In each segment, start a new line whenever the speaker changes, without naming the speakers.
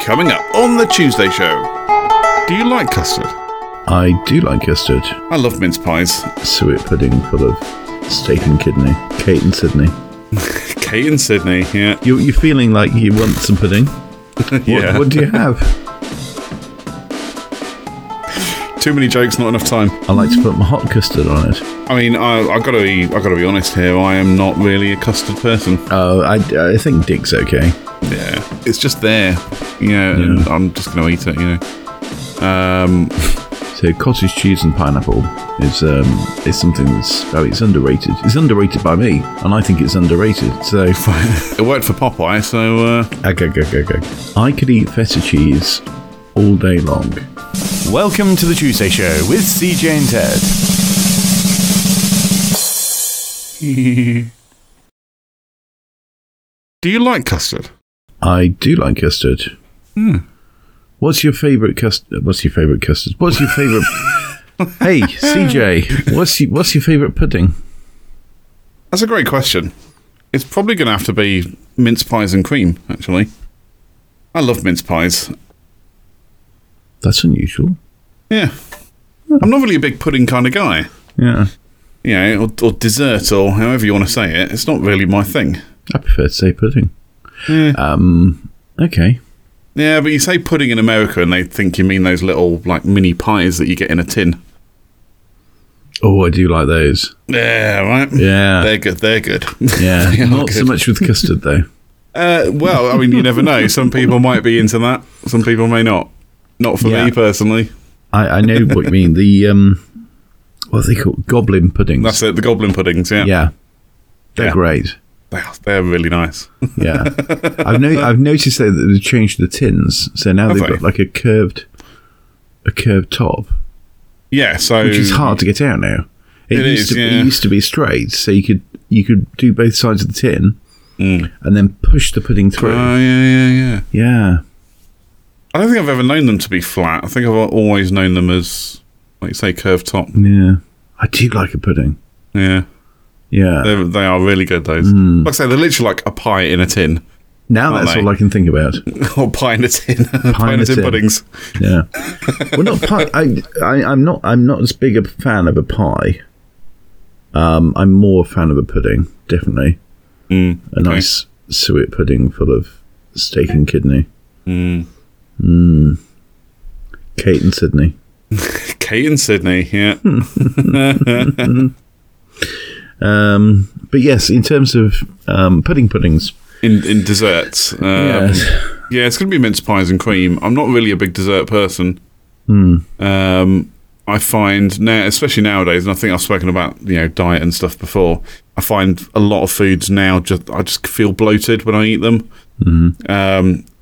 coming up on the Tuesday show. Do you like custard?
I do like custard.
I love mince pies.
Suet pudding full of steak and kidney. Kate and Sydney.
Kate and Sydney, yeah.
You, you're feeling like you want some pudding.
yeah.
What, what do you have?
Too many jokes, not enough time.
I like to put my hot custard on it.
I mean, I, I've got to be, I've got to be honest here. I am not really a custard person.
Oh, I, I think Dick's okay.
Yeah, it's just there, you know, and I'm just going to eat it, you know. Um,
So cottage cheese and pineapple is um, is something that's oh it's underrated. It's underrated by me, and I think it's underrated. So
it worked for Popeye, so uh,
okay, go, go, go. I could eat feta cheese all day long.
Welcome to the Tuesday Show with CJ and Ted.
Do uh. you like custard?
I do like custard. What's your favorite custard? What's your favorite custard? What's your favorite? hey, CJ, what's your, what's your favorite pudding?
That's a great question. It's probably going to have to be mince pies and cream, actually. I love mince pies.
That's unusual.
Yeah. I'm not really a big pudding kind of guy,
Yeah,
you know, or, or dessert, or however you want to say it. It's not really my thing. Uh,
I prefer to say pudding. Um, okay.
Yeah, but you say pudding in America and they think you mean those little, like, mini pies that you get in a tin.
Oh, I do like those.
Yeah, right?
Yeah.
They're good. They're good.
Yeah,
They are
not so
good.
much with custard though.
Uh, well, I mean, you never know. Some people might be into that. Some people may not. Not for
Yeah.
me personally.
I, I know what you mean. The um, what are they call goblin puddings.
That's it. The goblin puddings. Yeah,
Yeah, they're
Yeah.
great.
They are, they're really nice.
Yeah, I've no, I've noticed though that they've changed the tins, so now
Have
they've
they?
got like a curved, a curved top,
Yeah. So
which is hard to get out now. It,
Mm. It
used
is,
to,
yeah.
it used to be straight, so you could you could do both sides of the tin,
Mm.
and then push the pudding
Oh
through.
yeah, yeah, yeah.
yeah,
I don't think I've ever known them to be flat. I think I've always known them as, like you say, curved top.
yeah. I do like a pudding.
Yeah.
Yeah.
They're, they are really good. Those. Like I say, they're literally like a pie in a tin,
now
aren't
that's
they?
all I can think about.
or pie in a tin, pie, in a tin puddings.
Yeah. well, not pie. I, I, I'm not. I'm not as big a fan of a pie. Um, I'm more a fan of a pudding, definitely.
Mm,
A nice suet pudding full of steak and kidney. Mm.
Mm.
Kate and Sydney.
Kate and Sydney. Yeah.
Um, but yes, in terms of um, pudding puddings,
in in desserts. Um,
Yes.
Yeah, it's going to be mince pies and cream. I'm not really a big dessert person. Um, I find now, especially nowadays, and I think I've spoken about you know diet and stuff before. I find a lot of foods now just I just feel bloated when I eat them, um,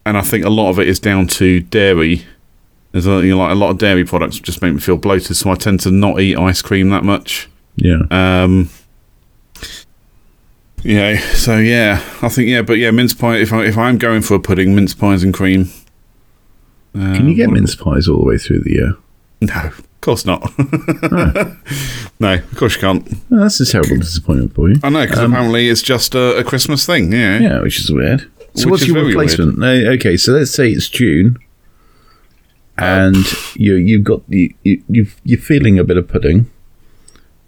and I think a lot of it is down to dairy. There's a, you know, like a lot of dairy products just make me feel bloated, so I tend to not eat ice cream that much.
yeah,
Um, yeah, so yeah, I think yeah, but yeah, mince pie. If I if I'm going for a pudding, mince pies and cream. Uh,
can you get
what-
mince pies all the way through the year?
No, of course not. no, of course you can't.
Well, that's a terrible disappointment for you.
I know because apparently it's just a, a Christmas thing. Yeah.
Um, Yeah, which is weird. So,
Which
what's
is
your
very weird.
replacement? No, okay, so let's say it's June, and
Um.
you you've got you, you you've, you're feeling a bit of pudding.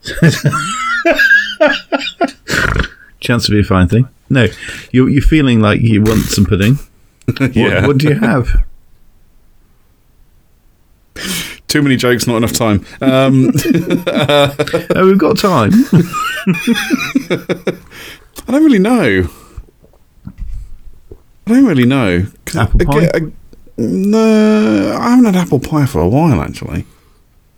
Chance to be a fine thing. No, you you're feeling like you want some pudding. What,
Yeah.
what do you have?
Too many jokes, not enough time. Um,
Oh, we've got time.
I don't really know. I don't really know. 'Cause
Apple
I get-
pie?
I- no, I haven't had apple pie for a while actually.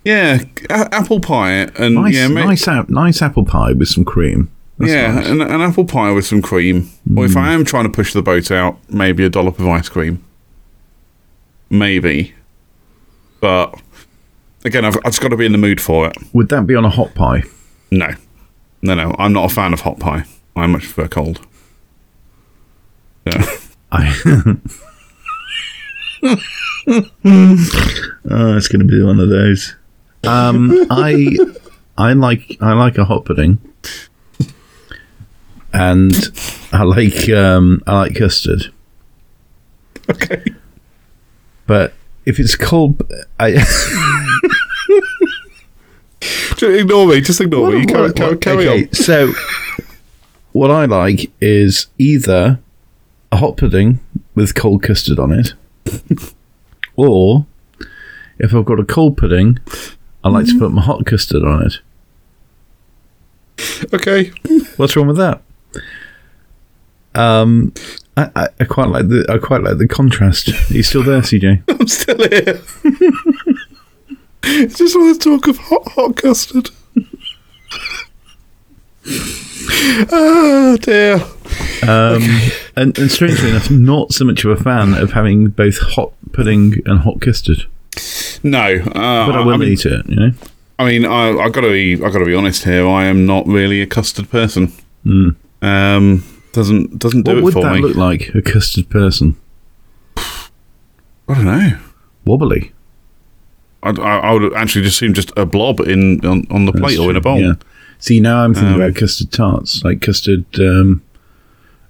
Yeah, a- apple pie and
Nice,
yeah, ma-
nice, ap- nice apple pie with some cream. That's
yeah,
nice. Hmm.
an, an apple pie with some cream. Or if I am trying to push the boat out, maybe a dollop of ice cream. Maybe, but again, I've, I've just got to be in the mood for it.
Would that be on a hot pie?
No, no, no. I'm not a fan of hot pie. I much prefer cold. Yeah.
I. oh, it's going to be one of those. Um, I, I like I like a hot pudding, and I like um, I like custard.
Okay.
But if it's cold, I,
Just ignore me. Just ignore me. You carry,
What-
carry,
what-
carry
okay,
on.
So, what I like is either a hot pudding with cold custard on it, or if I've got a cold pudding, I like to put my hot custard on it.
Okay.
What's wrong with that? Um, I, I, I quite like the I quite like the contrast. He's still there, CJ.
I'm still here. Just want to talk of hot, hot custard. oh dear.
Um, and, and strangely enough, not so much of a fan of having both hot pudding and hot custard.
No, uh,
But I,
I,
will
I mean,
eat it. You know.
I mean, I, I gotta be, I gotta be honest here. I am not really a custard person. Um, doesn't doesn't do
Hmm. What
it
would
for
that
me.
look like? A custard person,
I don't know.
wobbly.
I'd, I, I would actually just seem just a blob in on, on the plate
That's
or in a
true,
bowl.
Yeah. See, now I'm thinking
Um,
about custard tarts, like custard. Um,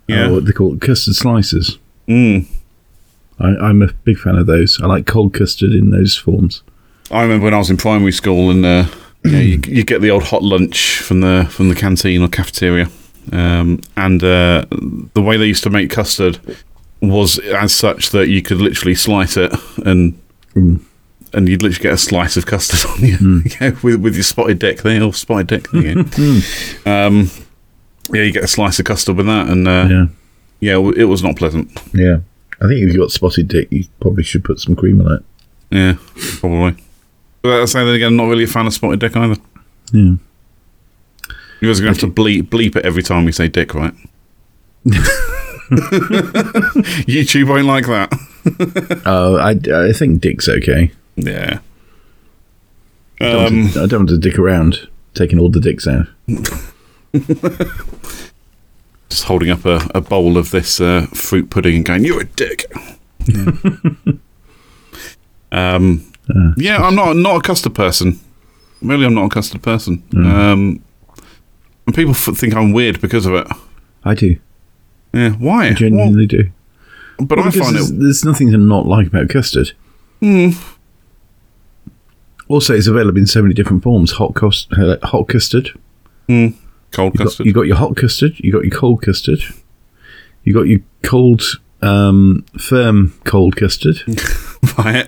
Yeah.
yeah. what they call it, custard slices.
Mm.
I, I'm a big fan of those. I like cold custard in those forms.
I remember when I was in primary school, and uh, yeah, you, you get the old hot lunch from the from the canteen or cafeteria, um, and uh, the way they used to make custard was as such that you could literally slice it and
Mm.
and you'd literally get a slice of custard on you, you know, with with your spotted dick there or spotted dick there. um, yeah, you get a slice of custard with that, and uh,
yeah,
yeah, it was not pleasant.
yeah. I think if you've got spotted dick, you probably should put some cream on it.
Yeah, probably. But I say that again, I'm not really a fan of spotted dick either.
Yeah.
You guys are gonna have to bleep bleep it every time we say dick, right? YouTube won't like that.
Oh, I, I think dick's okay.
Yeah.
I don't,
Um,
want to, I don't want to dick around taking all the dicks out.
just holding up a, a bowl of this uh, fruit pudding and going, "You're a dick." um,
Uh,
yeah, I'm not not a custard person. Really, I'm not a custard person.
Mm.
Um, and people f- think I'm weird because of it.
I do
Yeah, why? Well,
genuinely do.
but I
because
find
there's,
it. Hmm.
there's nothing to not like about custard. Also, it's available in so many different forms: hot, cust- uh, hot custard.
Mm, cold
You got,
custard.
you got your hot custard. You got your cold custard. You got your cold, um, firm cold custard.
Right.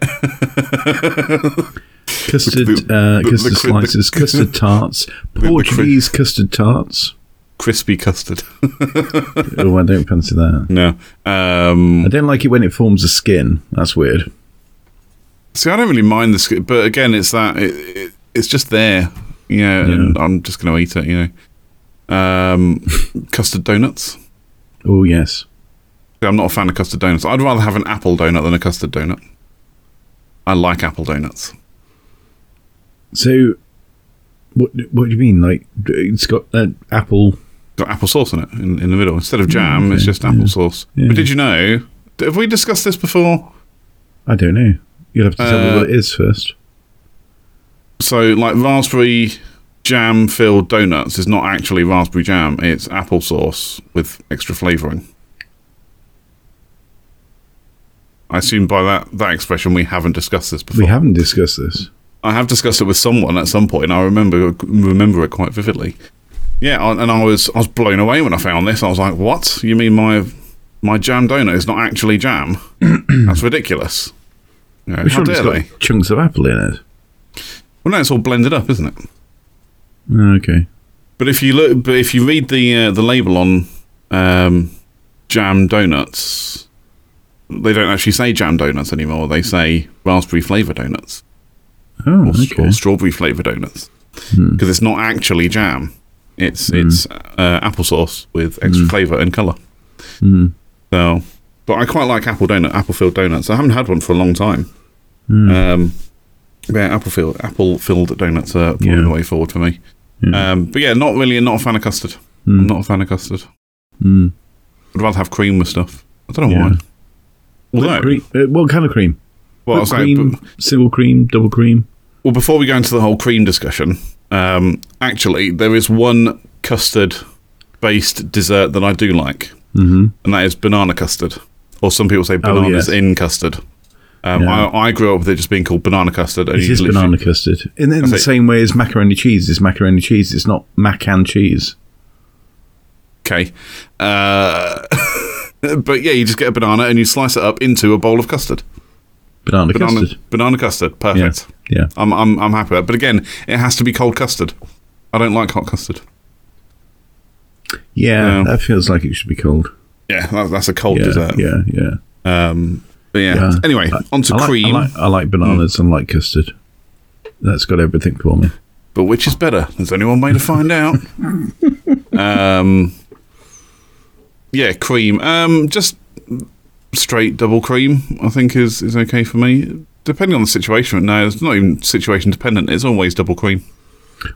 Custard,
The- the-
uh,
the-
custard
the-
slices, custard tarts,
the-
Portuguese custard tarts.
Crispy custard.
Oh, I don't fancy that.
No. Um,
I don't like it when it forms a skin. That's weird.
See, I don't really mind this, but again, it's that it, it, it's just there, you know, and I'm just going to eat it, you know. Um, custard donuts.
Oh yes,
See, I'm not a fan of custard donuts. I'd rather have an apple donut than a custard donut. I like apple donuts.
So, what what do you mean? Like it's got an apple?
Got apple sauce in it in, in the middle instead of jam. It's
Mm, okay,
just apple sauce.
Yeah.
But did you know? Have we discussed this before?
I don't know. You'll have to tell me
Uh,
what it is first.
So, like raspberry jam filled donuts is not actually raspberry jam. It's apple sauce with extra flavoring. I assume by that that expression we haven't discussed this before.
We haven't discussed this.
I have discussed it with someone at some point, and I remember remember it quite vividly. Yeah, I- and I was I was blown away when I found this. I was like, "What? You mean my my jam donut is not actually jam? That's ridiculous." You know,
Which
how
one's
dare
got
they?
chunks of apple in it?
Well, no, it's all blended up, isn't it?
Oh, Okay.
But if you look, but if you read the uh, the label on um, jam donuts, they don't actually say jam donuts anymore. They say raspberry flavor donuts
Oh,
or, s-
okay.
or strawberry flavor donuts
Hmm.
because it's not actually jam. It's it's uh, applesauce with extra flavor and color.
Hmm.
So, but I quite like apple donut, apple filled donuts. I haven't had one for a long time.
Hmm.
Um, yeah, apple filled apple filled donuts are probably
Yeah.
the way forward for me.
Yeah.
Um, but yeah, not really, not a fan of custard. I'm
Mm.
not a fan of custard.
Mm.
I'd rather have cream with stuff. I don't know
Yeah.
why.
Whipped
Although,
cream- uh, what kind of cream?
well, I
Whipped
was saying,
cream,
b-
single cream, double cream.
well, before we go into the whole cream discussion, um, actually, there is one custard-based dessert that I do like,
Mm-hmm.
and that is banana custard, or some people say bananas
Oh, yes.
in custard. Um,
Yeah.
I, I grew up with it just being called banana custard. And
It
you
is
literally-
banana custard. In, in the
it.
same way as macaroni cheese is macaroni cheese. It's not mac and cheese.
Okay. Uh, but yeah, you just get a banana and you slice it up into a bowl of custard.
Banana,
Banana
custard.
banana custard. Perfect.
Yeah. Yeah.
I'm, I'm, I'm happy with that. But again, it has to be cold custard. I don't like hot custard.
Yeah,
Yeah.
that feels like it should be called.
Yeah, that, that's a cold
Yeah,
dessert.
yeah, yeah,
Um, but yeah.
yeah.
Anyway,
Uh, I-
on to
I like-
cream. Hmm.
I like, I like bananas and like custard. That's got everything for me.
But which is better? There's only one way to find out. um, yeah, cream. Um, just straight double cream, I think, is, is okay for me. Depending on the situation, no, it's not even situation dependent. It's always double cream.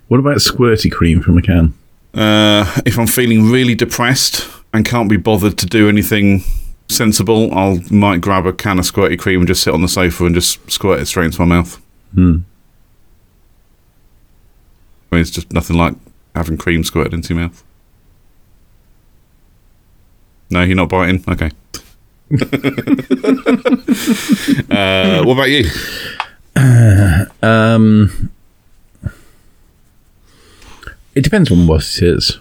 What about squirty cream from a can?
Uh, if I'm feeling really depressed and can't be bothered to do anything sensible, I might grab a can of squirty cream and just sit on the sofa and just squirt it straight into my mouth.
Hmm.
I mean, it's just nothing like having cream squirted into your mouth. No, you're not biting. Okay. uh, what about you?
Um, it depends on what it is.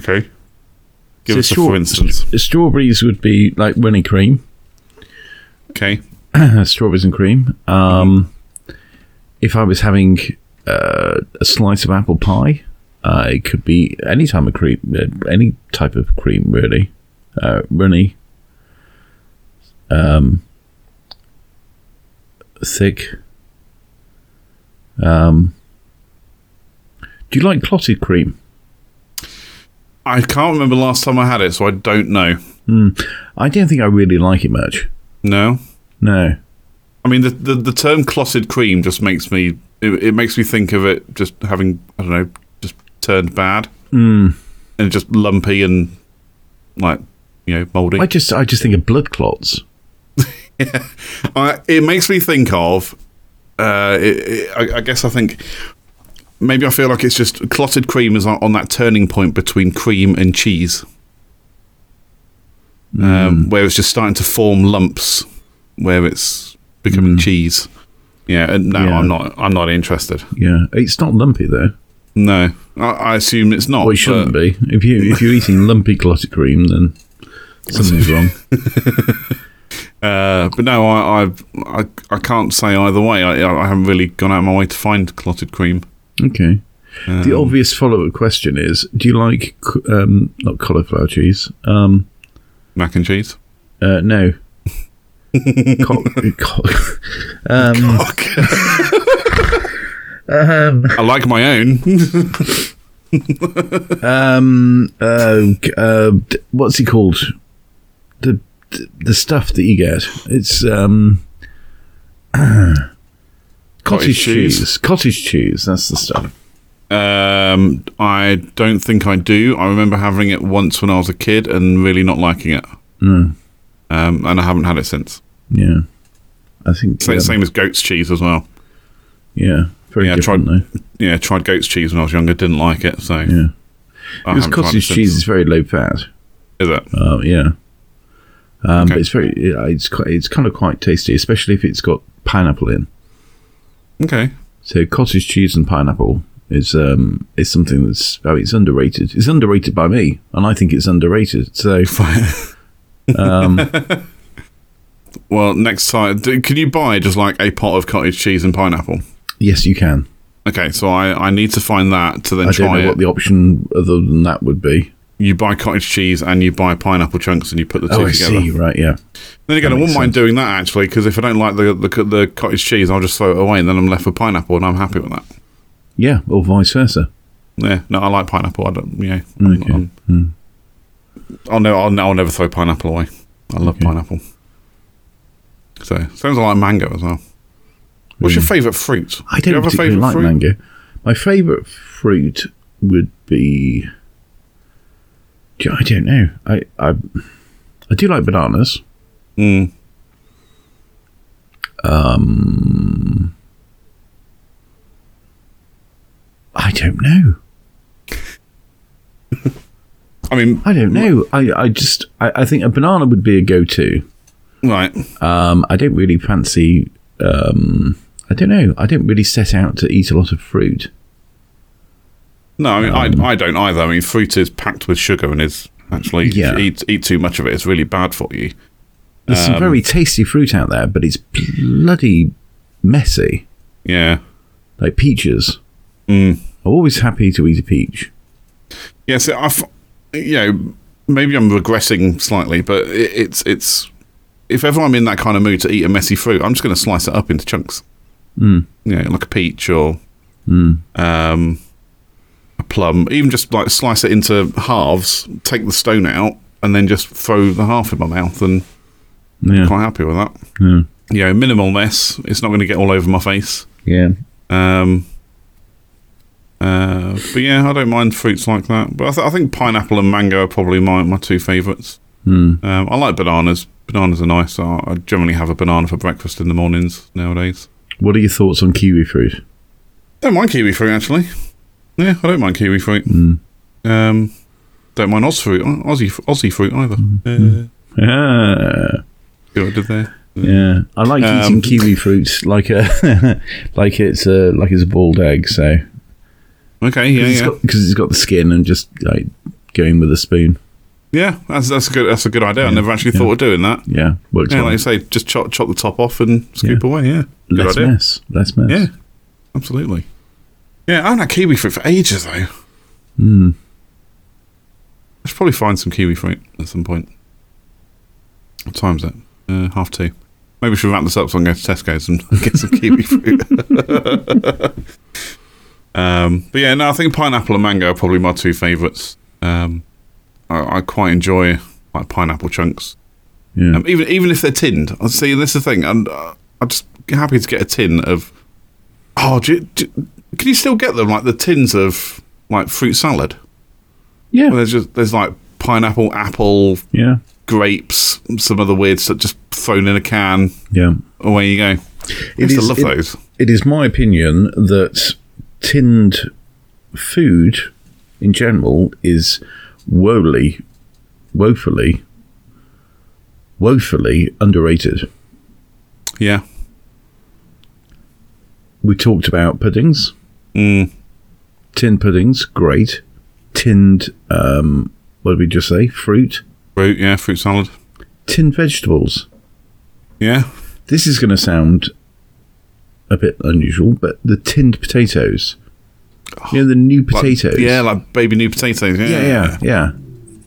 Okay. Give
So
us a
straw-
for instance.
Strawberries would be like runny cream,
Okay.
uh, strawberries and cream. Um, if I was having uh, a slice of apple pie, uh, it could be any type of cream, uh, any type of cream really, uh, runny, um, thick. Um, do you like clotted cream?
I can't remember last time I had it, so I don't know.
I don't think I really like it much.
No.
No.
I mean, the the, the term clotted cream just makes me. It, it makes me think of it just having I don't know, just turned bad
Mm.
and just lumpy and like you know mouldy.
I just I just think of blood clots.
I, it makes me think of. Uh, it, it, I, I guess I think maybe I feel like it's just clotted cream is on, on that turning point between cream and cheese,
Hmm.
um, where it's just starting to form lumps, where it's becoming cheese. Yeah, and no,
Hmm. Yeah.
I'm not. I'm not interested.
Yeah, it's not lumpy though.
No, I, I assume it's not.
Well, it shouldn't
but-
be. If you if you're eating lumpy clotted cream, then something's wrong.
Uh, but no, I, I, I, I can't say either way. I, I haven't really gone out of my way to find clotted cream.
Okay. the
Um,
obvious follow-up question is: Do you like c- um, not cauliflower cheese? Um,
Mac and cheese.
uh, no. Co- co- um,
I like my own.
um, uh, c- uh, d- what's it called? The the- the stuff that you get. It's um, cottage
Cottage cheese.
cheese. Cottage cheese. That's the stuff.
Um, I don't think I do. I remember having it once when I was a kid and really not liking it.
Hmm.
Um, and I haven't had it since.
Yeah, I think
Same,
um,
same as goat's cheese as well.
Yeah, very
Yeah, I
different
tried-
though.
Yeah, I tried goat's cheese when I was younger. Didn't like it. So
Yeah,
I
because
haven't tried
cottage
it
cheese
since.
is very low fat.
is it?
Uh, yeah, um, but
Okay.
it's very yeah, it's quite, it's kind of quite tasty, especially if it's got pineapple in.
Okay.
So cottage cheese and pineapple is um is something that's oh it's underrated. It's underrated by me, and I think it's underrated. So
Well, next time, d- can you buy just like a pot of cottage cheese and pineapple?
yes, you can.
Okay, so I, I need to find that to then
I don't
try
know
it.
what the option other than that would be.
you buy cottage cheese and you buy pineapple chunks and you put the two
Oh, I
together.
see. Right, yeah.
Then again, I
makes
wouldn't mind doing that actually because if I don't like the, the the cottage cheese, I'll just throw it away and then I'm left with pineapple and I'm happy with that.
Yeah, or vice versa.
Yeah, no, I like pineapple. I don't. Yeah, I'm,
Okay. hmm.
I'm, I'll never. I'll, I'll never throw pineapple away. I love pineapple. So sounds like mango as well. What's your favourite fruit?
I
Do you
don't
have a
particularly
favourite
like
fruit?
mango. My favourite fruit would be. Do you- I don't know. I, I I do like bananas.
Mm.
Um, I don't know.
I mean,
I don't know. I, I just I, I think a banana would be a go-to.
Right.
Um, I don't really fancy. Um, I don't know. I don't really set out to eat a lot of fruit.
No, I
Um,
mean, I, I don't either. I mean, fruit is packed with sugar and is actually, if you
Yeah.
eat, eat too much of it, it's really bad for you.
There's some
Um,
very tasty fruit out there, but it's bloody messy.
Yeah.
Like peaches.
Mm.
I'm always happy to eat a peach.
Yeah, so I, f- you know, maybe I'm regressing slightly, but it, it's it's if ever I'm in that kind of mood to eat a messy fruit, I'm just going to slice it up into chunks.
Mm.
You know, like a peach or um, a plum. Even just like slice it into halves, take the stone out, and then just throw the half in my mouth, and
Yeah.
quite happy with that.
Yeah.
You know, minimal mess. It's not going to get all over my face.
Yeah.
Um, uh, but yeah, I don't mind fruits like that. But I, th- I think pineapple and mango are probably my, my two favourites.
Mm.
Um, I like bananas. Bananas are nice. I, I generally have a banana for breakfast in the mornings nowadays.
What are your thoughts on kiwi fruit?
Don't mind kiwi fruit actually. Yeah, I don't mind kiwi fruit.
Mm.
Um, don't mind Oz fruit, uh, Aussie Aussie fruit either.
Hmm.
Uh,
Ah,
see what I did there.
yeah. I like
Um,
eating kiwi fruit like a like it's a like it's a boiled egg. So
Okay, yeah,
because
yeah,
it's got the skin and just like going with a spoon.
yeah. That's that's a good that's a good idea. I
Yeah,
never actually
yeah.
thought of doing that.
Yeah, works
Yeah,
well.
like you say, just chop chop the top off and scoop away. Yeah, good
less
idea.
mess. Less mess.
Yeah, absolutely. Yeah, I haven't had kiwi fruit for ages though. I
Mm.
should probably find some kiwi fruit at some point. What time's it? Uh, half two. Maybe we should wrap this up so I can go to Tesco's and get some kiwi fruit. um, but yeah, no, I think pineapple and mango are probably my two favourites. Um, I, I quite enjoy like pineapple chunks.
Yeah.
Um, even even if they're tinned. I See, this is the thing. I'm, uh, I'm just happy to get a tin of. Oh, do, you- do, can you still get them like the tins of like fruit salad?
yeah.
Where there's just there's like pineapple, apple,
yeah.
grapes, some other weird stuff just thrown in a can.
Yeah.
Away you go. I used to
is-
love
it-
those.
It is my opinion that tinned food in general is woefully, woefully, woefully underrated.
Yeah.
We talked about puddings,
Mm.
tinned puddings, great. Tinned, um, what did we just say? Fruit,
Fruit, yeah, fruit salad.
tinned vegetables.
Yeah.
This is going to sound a bit unusual, but the tinned potatoes. You know, the new
Like-
potatoes.
yeah, like baby new potatoes. Yeah.
yeah, yeah, yeah.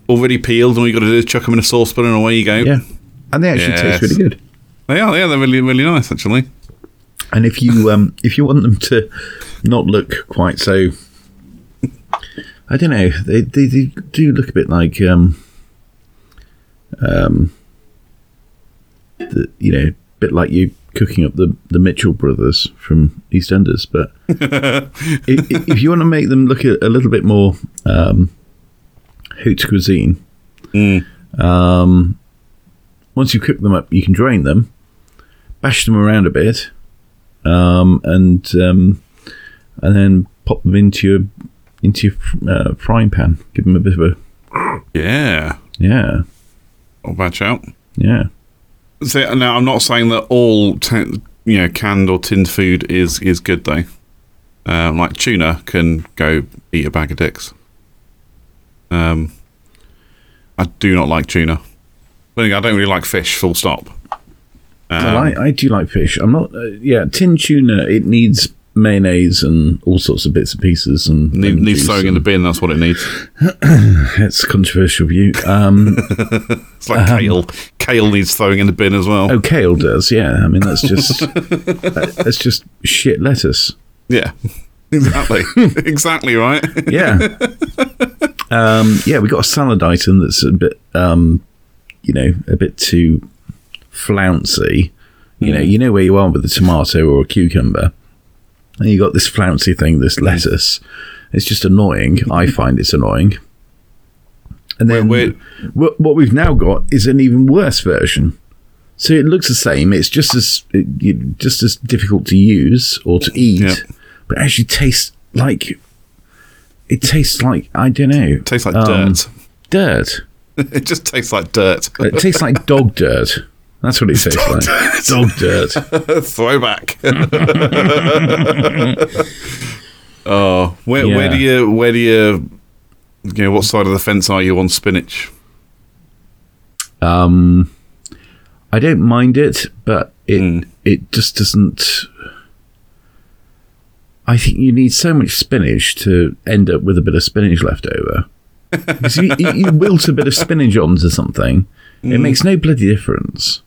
Already peeled, and all you got to do is chuck them in a saucepan, and away you go.
Yeah. And they actually
Yes.
taste really good.
They are. Yeah, they're really, really nice actually.
And if you um, if you want them to not look quite so, I don't know, they they, they do look a bit like um, um, the, you know, bit like you cooking up the the Mitchell brothers from EastEnders. But if, if- if you want to make them look a, a little bit more um, haute cuisine,
Mm.
um, once you cook them up, you can drain them, bash them around a bit, um, and um, and then pop them into your into your uh, frying pan. Give them a bit of a
Yeah.
yeah,
I'll batch out.
yeah,
So, now, I'm not saying that all tin you know canned or tinned food is is good though. Um, like tuna can go eat a bag of dicks. Um, I do not like tuna. But I don't really like fish. Full stop. Um,
Well, I, I do like fish. I'm not. Uh, yeah, tin tuna. It needs mayonnaise and all sorts of bits and pieces and
need,
lemon
needs
juice
throwing in
and-
the bin. That's what it needs.
That's a controversial view. Um,
It's like kale. Kale needs throwing in the bin as well.
oh, kale does. Yeah, I mean that's just that- that's just shit lettuce.
Yeah. Exactly. exactly right.
yeah. Um, yeah, we got a salad item that's a bit, um, you know, a bit too flouncy. You know,
Hmm.
you know where you are with a tomato or a cucumber, and you got this flouncy thing, this
Hmm.
lettuce. It's just annoying. I find it's annoying. And then
Wait,
wh- what we've now got is an even worse version. So it looks the same. It's just as it, you- just as difficult to use or to eat,
Yeah.
but actually tastes like it tastes like I don't know.
Tastes like
um,
dirt.
Dirt.
it just tastes like dirt.
It tastes like dog dirt. That's what it tastes like. Dog dirt.
Throwback. oh, where where do
Yeah.
you where do you you know what side of the fence are you on spinach?
Um, I don't mind it, but it
Hmm.
it just doesn't. I think you need so much spinach to end up with a bit of spinach left over. 'Cause you, you, you wilt a bit of spinach onto something, it makes no bloody difference.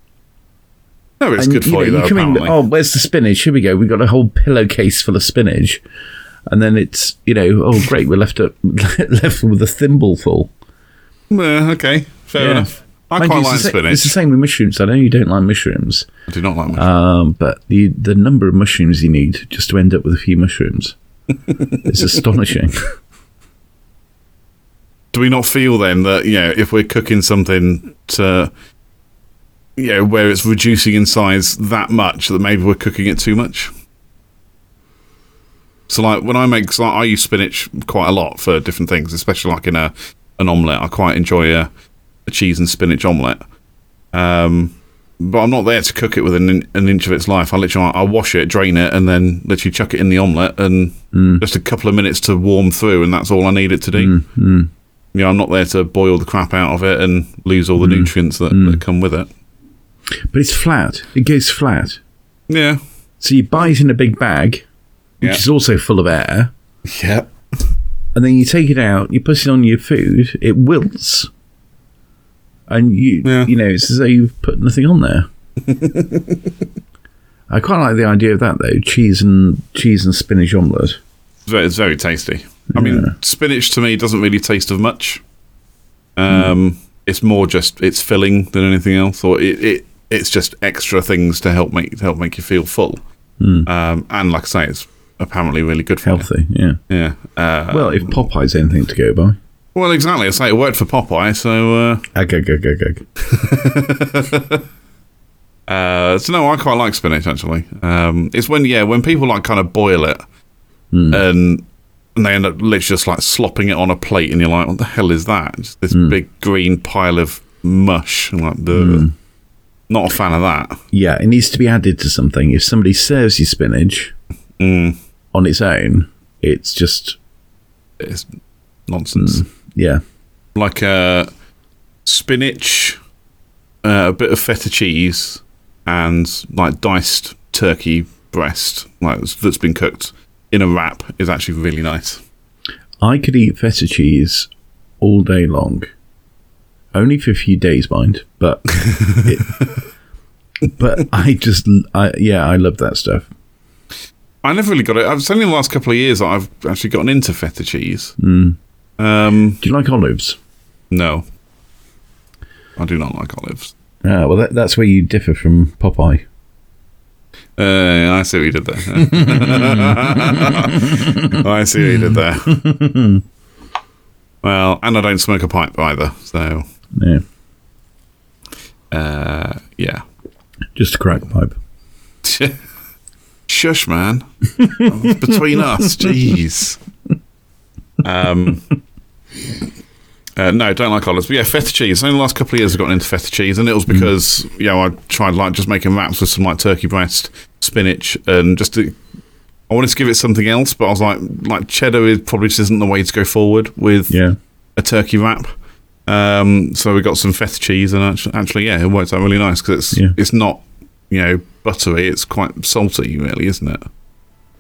No, Hmm. it's good for
know,
you, though.
come in,
apparently.
oh, where's the spinach? Here we go. We've got a whole pillowcase full of spinach, and then it's you know, oh great, we're left up left with a thimbleful.
Yeah, okay, fair
oh. Yeah.
enough. I
Mind you,
quite
it's
like
the sa-
spinach.
It's the same with mushrooms. I know you don't like mushrooms.
I do not like mushrooms.
Um, but the the number of mushrooms you need just to end up with a few mushrooms is astonishing.
do we not feel then that you know if we're cooking something to you know where it's reducing in size that much that maybe we're cooking it too much so like when i make so i use spinach quite a lot for different things especially like in a an omelette i quite enjoy a, a cheese and spinach omelette um but i'm not there to cook it within an, an inch of its life i literally i wash it drain it and then literally chuck it in the omelette and just a couple of minutes to warm through and that's all i need it to do you know, I'm not there to boil the crap out of it and lose all the nutrients that, that come with it.
But it's flat. It goes flat.
Yeah.
So you buy it in a big bag, which
Yeah.
is also full of air,
Yeah.
and then you take it out. You put it on your food. It wilts, and you
Yeah.
you know it's as though you've put nothing on there. I quite like the idea of that though. Cheese and cheese and spinach omelette.
It's very, it's very tasty. I mean, spinach to me doesn't really taste of much. Um, It's more just it's filling than anything else, or it, it it's just extra things to help make to help make you feel full. Um, and like I say, it's apparently really good for you.
Healthy, yeah.
Yeah. Uh,
Well, if Popeye's anything to go by.
well, exactly. I say it worked for Popeye, so. Uh,
Ag, ag, ag, ag, ag.
Uh, so no, I quite like spinach actually. Um, it's when yeah, when people like kind of boil it, and and they end up literally just like slopping it on a plate, and you're like, what the hell is that? Just this big green pile of mush. and like, the not a fan of that.
Yeah, it needs to be added to something. If somebody serves you spinach on its own, it's just
It's nonsense.
yeah,
Like uh, spinach, uh, a bit of feta cheese, and like diced turkey breast, like that's- that's been cooked in a wrap, is actually really nice.
I could eat feta cheese all day long. Only for a few days, mind, but it, but I just I yeah, I love that stuff.
I never really got it. It's only in the last couple of years that I've actually gotten into feta cheese. Um,
Do you like olives?
no, I do not like olives.
Ah, well, that, that's where you differ from Popeye.
Uh, I see what you did there. I see what you did there. Well, and I don't smoke a pipe either, so
Yeah,
uh, yeah.
just a crack pipe.
Shush, man. It's between us, jeez. Um, uh, no, don't like olives. But yeah, feta cheese. Only the last couple of years I've gotten into feta cheese, and it was because you know I tried like just making wraps with some like turkey breast, spinach, and just to, I wanted to give it something else. But I was like, like cheddar is probably just isn't the way to go forward with
Yeah,
a turkey wrap. Um, so we got some feta cheese, and actu- actually, yeah, it works out really nice because it's
Yeah.
it's not you know buttery; it's quite salty, really, isn't it?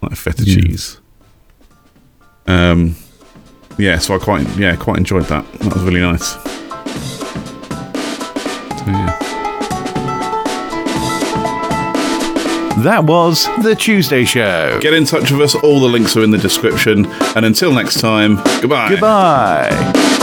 Like feta
Yeah.
cheese. Um, yeah, so I quite yeah quite enjoyed that. That was really nice. So, yeah.
That was The Tuesday Show.
Get in touch with us. All the links are in the description. And until next time, goodbye.
Goodbye.